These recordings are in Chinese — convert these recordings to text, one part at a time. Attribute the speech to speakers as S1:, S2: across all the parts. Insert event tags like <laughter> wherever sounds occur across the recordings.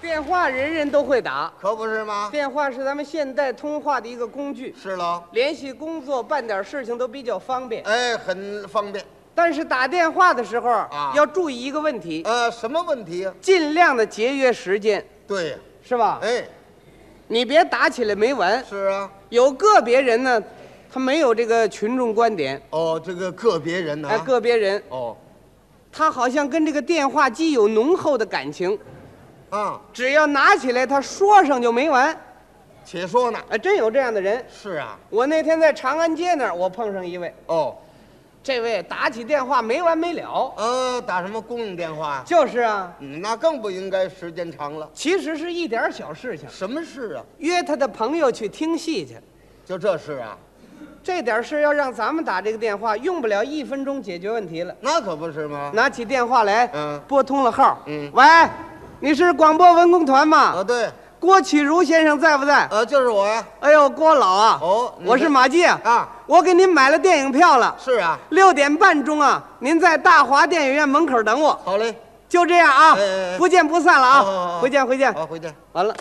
S1: 电话人人都会打，
S2: 可不是吗？
S1: 电话是咱们现代通话的一个工具，
S2: 是喽。
S1: 联系工作、办点事情都比较方便。
S2: 哎，很方便。
S1: 但是打电话的时候
S2: 啊
S1: 要注意一个问题，
S2: 呃，什么问题呀、
S1: 尽量的节约时间，
S2: 对呀，
S1: 是吧？
S2: 哎，
S1: 你别打起来没完。
S2: 是啊。
S1: 有个别人呢，他没有这个群众观点，
S2: 哦，这个个别人呢、
S1: 哎，个别人
S2: 哦，
S1: 他好像跟这个电话机有浓厚的感情，
S2: 啊，
S1: 只要拿起来，他说上就没完。
S2: 且说呢。
S1: 啊，真有这样的人。
S2: 是啊。
S1: 我那天在长安街那儿，我碰上一位，
S2: 哦，
S1: 这位打起电话没完没了。
S2: 呃，打什么公用电话呀、
S1: 就是啊，
S2: 嗯，那更不应该，时间长了。
S1: 其实是一点小事情，
S2: 什么事啊？
S1: 约他的朋友去听戏去，
S2: 就这事啊？
S1: 这点事要让咱们打这个电话，用不了一分钟解决问题了。
S2: 那可不是吗？
S1: 拿起电话来，
S2: 嗯
S1: 拨通了号，
S2: 嗯
S1: 喂，你是广播文工团吗？
S2: 啊，对，
S1: 郭启儒先生在不在？
S2: 呃，就是我呀。
S1: 哎呦，郭老啊，
S2: 哦你
S1: 我是
S2: 这
S1: 马季
S2: 啊，
S1: 我给您买了电影票了，
S2: 是啊。
S1: 六点半钟啊，您在大华电影院门口等我，
S2: 好嘞，
S1: 就这样啊，
S2: 哎哎哎哦
S1: 不见不散了
S2: 好好
S1: 啊，
S2: 好
S1: 回见回见，
S2: 好，回见。
S1: 完了，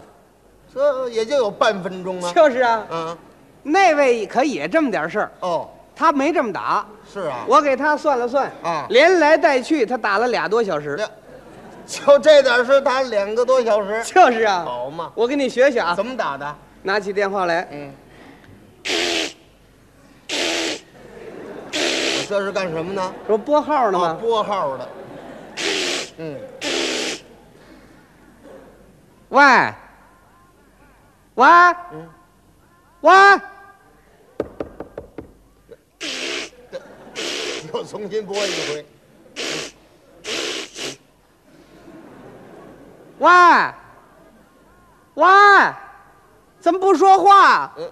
S2: 这也就有半分钟啊。
S1: 就是啊，
S2: 嗯，
S1: 那位可也这么点事儿，
S2: 哦，
S1: 他没这么打，
S2: 是啊。
S1: 我给他算了算
S2: 啊
S1: 连来带去他打了俩多小时，
S2: 这就这点事，打两个多小时，
S1: 就是啊，
S2: 好嘛？
S1: 我给你学学啊，
S2: 怎么打的？
S1: 拿起电话来，
S2: 嗯，这是干什么呢？
S1: 说拨号呢
S2: 啊，
S1: 吗？
S2: 拨号的。嗯，
S1: 喂，喂，喂。
S2: <laughs> 又重新拨一回。
S1: 喂，喂，怎么不说话？
S2: 嗯，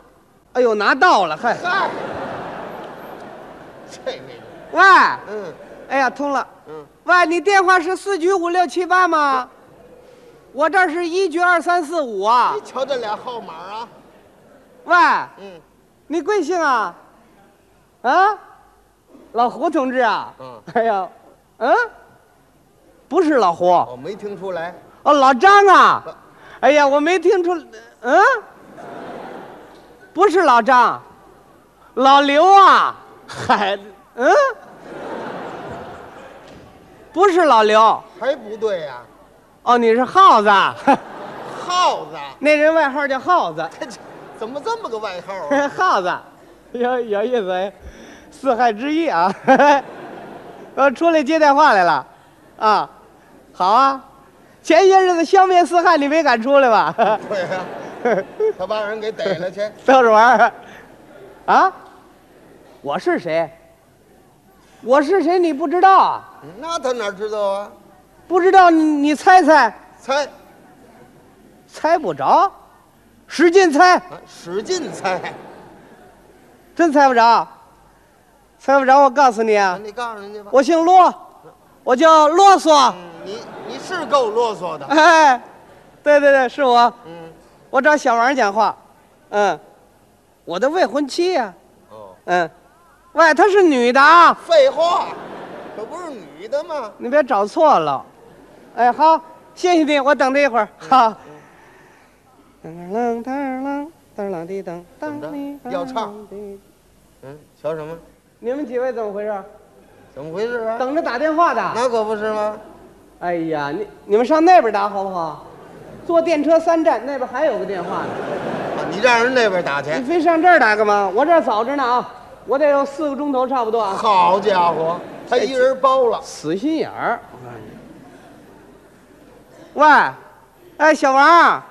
S1: 哎呦，拿到了，嗨，
S2: 嗨，这没有。
S1: 喂，
S2: 嗯
S1: 哎呀，通了。
S2: 嗯，
S1: 喂，你电话是四局五六七八吗？我这儿是一局二三四五啊
S2: 你。瞧这俩号码啊。
S1: 喂，
S2: 嗯
S1: 你贵姓啊？啊，老胡同志啊。
S2: 嗯。
S1: 哎呀，嗯，不是老胡，
S2: 啊我没听出 <laughs> 来。
S1: 哦，老张啊。哎呀，我没听出，嗯，不是老张，老刘啊，嗨，嗯，不是老刘，
S2: 还不对啊呀、
S1: 哦，你是耗子啊， <laughs>
S2: 耗子， <laughs>
S1: 那人外号叫耗子，
S2: 这这怎么这么个外号 <laughs> 啊？
S1: <laughs> 耗子，有有意思哎，四害之一啊， <laughs> 呃，出来接电话来了，啊，好啊，前些日子消灭四害，你没敢出来吧？ <laughs>
S2: 对呀、他把人给逮了去。
S1: 逗着玩儿，啊？我是谁？我是谁？你不知道啊？
S2: 那他哪知道啊？
S1: 不知道你你猜猜，
S2: 猜，
S1: 猜不着，使劲猜，
S2: 啊使劲猜。
S1: 真猜不着，猜不着。我告诉你
S2: 啊
S1: 啊，
S2: 你告诉人家吧。
S1: 我姓骆，我叫啰嗦。
S2: 嗯，你你是够啰嗦的。
S1: <laughs> 哎，对对对，是我，
S2: 嗯，
S1: 我找小王讲话，嗯，我的未婚妻呀、
S2: 哦，
S1: 嗯，喂，她是女的啊。
S2: 废话，可不是女的吗？
S1: 你别找错了。哎，好，谢谢你，我等这一会儿。好。噔噔噔噔噔噔滴噔
S2: 怎么着要唱？嗯，瞧什么？
S1: 你们几位怎么回事？
S2: 怎么回事啊？
S1: 等着打电话的。
S2: 那可不是吗？
S1: 哎呀，你你们上那边打好不好？坐电车三站，那边还有个电话呢。
S2: 啊你让人那边打去
S1: 你。非上这儿打干嘛？我这儿早着呢啊，我得有四个钟头差不多啊。
S2: 好家伙，他一人包了。
S1: 死心眼儿。喂，哎，小王，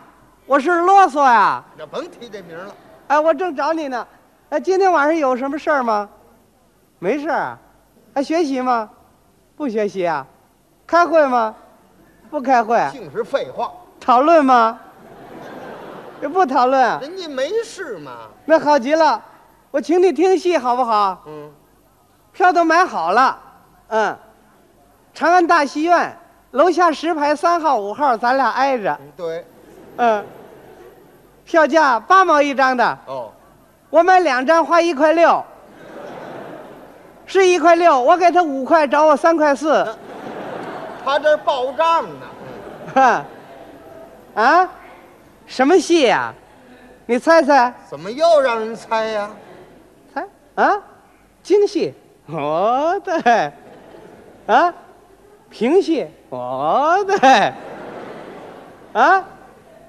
S1: 我是啰嗦呀、
S2: 那甭提这名了。
S1: 哎，我正找你呢。哎，今天晚上有什么事儿吗？没事儿啊。哎，学习吗？不学习啊。开会吗？不开会。啊
S2: 净是废话，
S1: 讨论吗？不讨论。
S2: 人家没事嘛。
S1: 那好极了，我请你听戏好不好？
S2: 嗯，
S1: 票都买好了。嗯，长安大戏院楼下十排三号、五号，咱俩挨着。
S2: 嗯对。
S1: 嗯，票价八毛一张的。
S2: 哦，
S1: 我买两张花一块六，是一块六，我给他五块，找我三块四，
S2: 嗯他这儿报账呢。
S1: 哼，嗯啊，什么戏呀、你猜猜
S2: 怎么又让人猜呀？
S1: 猜啊？京戏，哦对，啊，评戏，哦对，啊，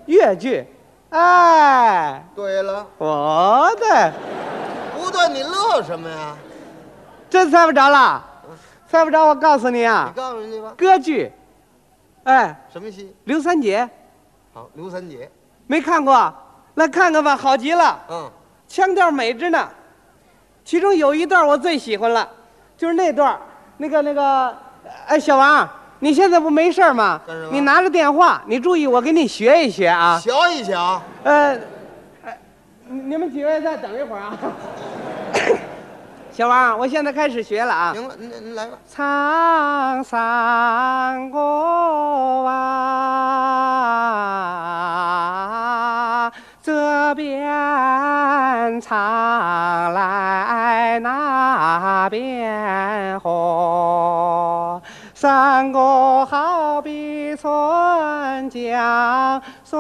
S1: 越剧，哎，
S2: 对了，
S1: 哦对，
S2: 不对，你乐什么呀？
S1: 真猜不着了，猜不着我告诉你啊
S2: 你，告诉人家吧，
S1: 歌剧，哎，
S2: 什么戏？
S1: 刘三姐
S2: 好，刘三姐。
S1: 没看过，来看看吧，好极了。
S2: 嗯，
S1: 腔调美着呢。其中有一段我最喜欢了，就是那段儿那个那个，哎，小王，你现在不没事儿吗
S2: 干什么？
S1: 你拿着电话，你注意，我给你学一学啊。
S2: 瞧一瞧，
S1: 呃，呃你你们几位再等一会儿啊。 <coughs> 小王，我现在开始学了啊。
S2: 行了，您您来吧。
S1: 苍山过啊，这边唱来那边和，山歌好比春江水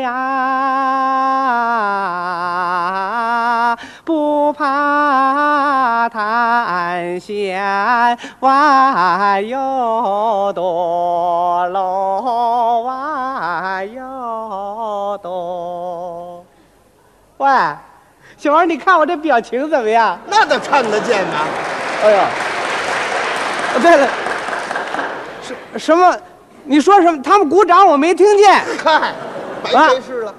S1: 呀、不怕滩险弯又多，路弯又多。喂，小王，你看我这表情怎么样？
S2: 那倒看得见呐。
S1: 哎呦，哦对了，什什么？你说什么？他们鼓掌我没听见，
S2: 嗨，白费事了。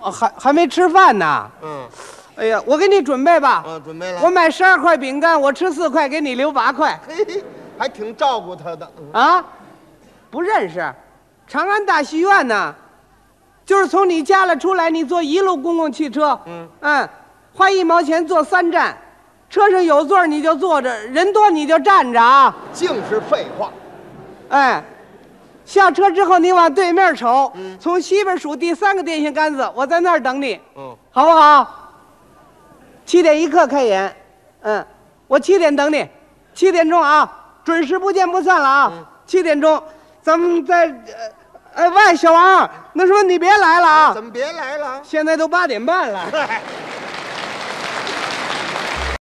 S1: 哦还还没吃饭呢。
S2: 嗯，
S1: 哎呀，我给你准备吧。
S2: 啊，准备了。
S1: 我买十二块饼干，我吃四块，给你留八块
S2: 嘿嘿，还挺照顾他的。嗯
S1: 啊！不认识，长安大戏院呢，就是从你家里出来，你坐一路公共汽车，
S2: 嗯
S1: 花一毛钱坐三站，车上有座儿你就坐着，人多你就站着啊，
S2: 净是废话。
S1: 哎。下车之后，你往对面瞅，
S2: 嗯
S1: 从西边数第三个电线杆子，我在那儿等你。
S2: 嗯，
S1: 好不好？七点一刻开演，嗯，我七点等你，七点钟啊，准时不见不散了啊！
S2: 嗯
S1: 七点钟，咱们在，呃哎喂，小王，那什么你别来了啊！
S2: 怎么别来了？
S1: 现在都八点半了，
S2: 嗨，